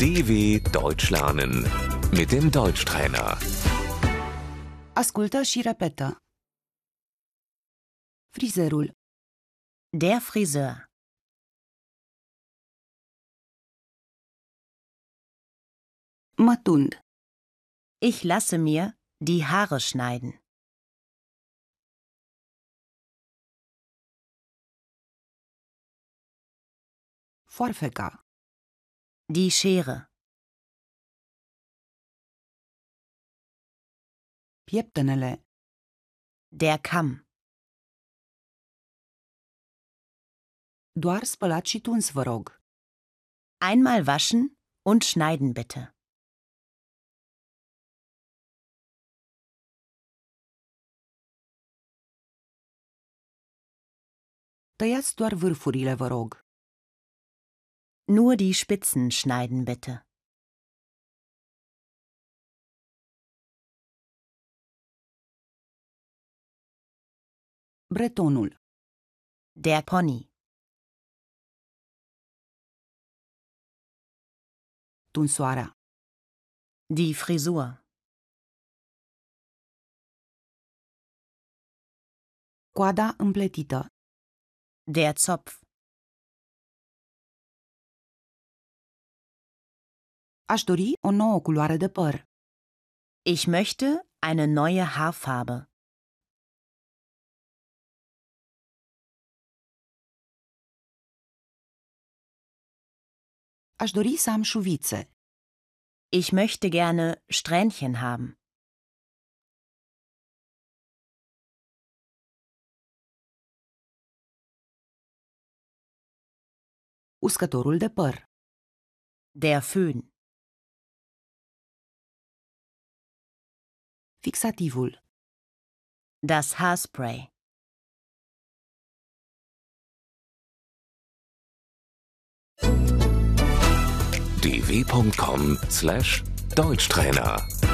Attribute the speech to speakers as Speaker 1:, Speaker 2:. Speaker 1: DW Deutsch lernen mit dem Deutschtrainer.
Speaker 2: Ascultă și repetă. Frizerul,
Speaker 3: Der Friseur.
Speaker 2: mă tund,
Speaker 3: Ich lasse mir die Haare schneiden.
Speaker 2: foarfeca,
Speaker 3: Die Schere.
Speaker 2: pieptenele,
Speaker 3: Der Kamm.
Speaker 2: doar spălat și tuns, vă rog.
Speaker 3: Einmal waschen und schneiden bitte.
Speaker 2: Tăiați doar vârfurile, vă rog.
Speaker 3: Nur die Spitzen schneiden bitte.
Speaker 2: Bretonul,
Speaker 3: Der Pony.
Speaker 2: tunsoarea,
Speaker 3: Die Frisur.
Speaker 2: coada împletită,
Speaker 3: Der Zopf.
Speaker 2: aș dori o nouă culoare de păr,
Speaker 3: Ich möchte eine neue Haarfarbe.
Speaker 2: aș dori să am șuvițe,
Speaker 3: Ich möchte gerne Strähnchen haben.
Speaker 2: uscătorul de păr,
Speaker 3: Der Föhn.
Speaker 2: fixativul,
Speaker 3: Das Haarspray.
Speaker 1: dw.com/deutschtrainer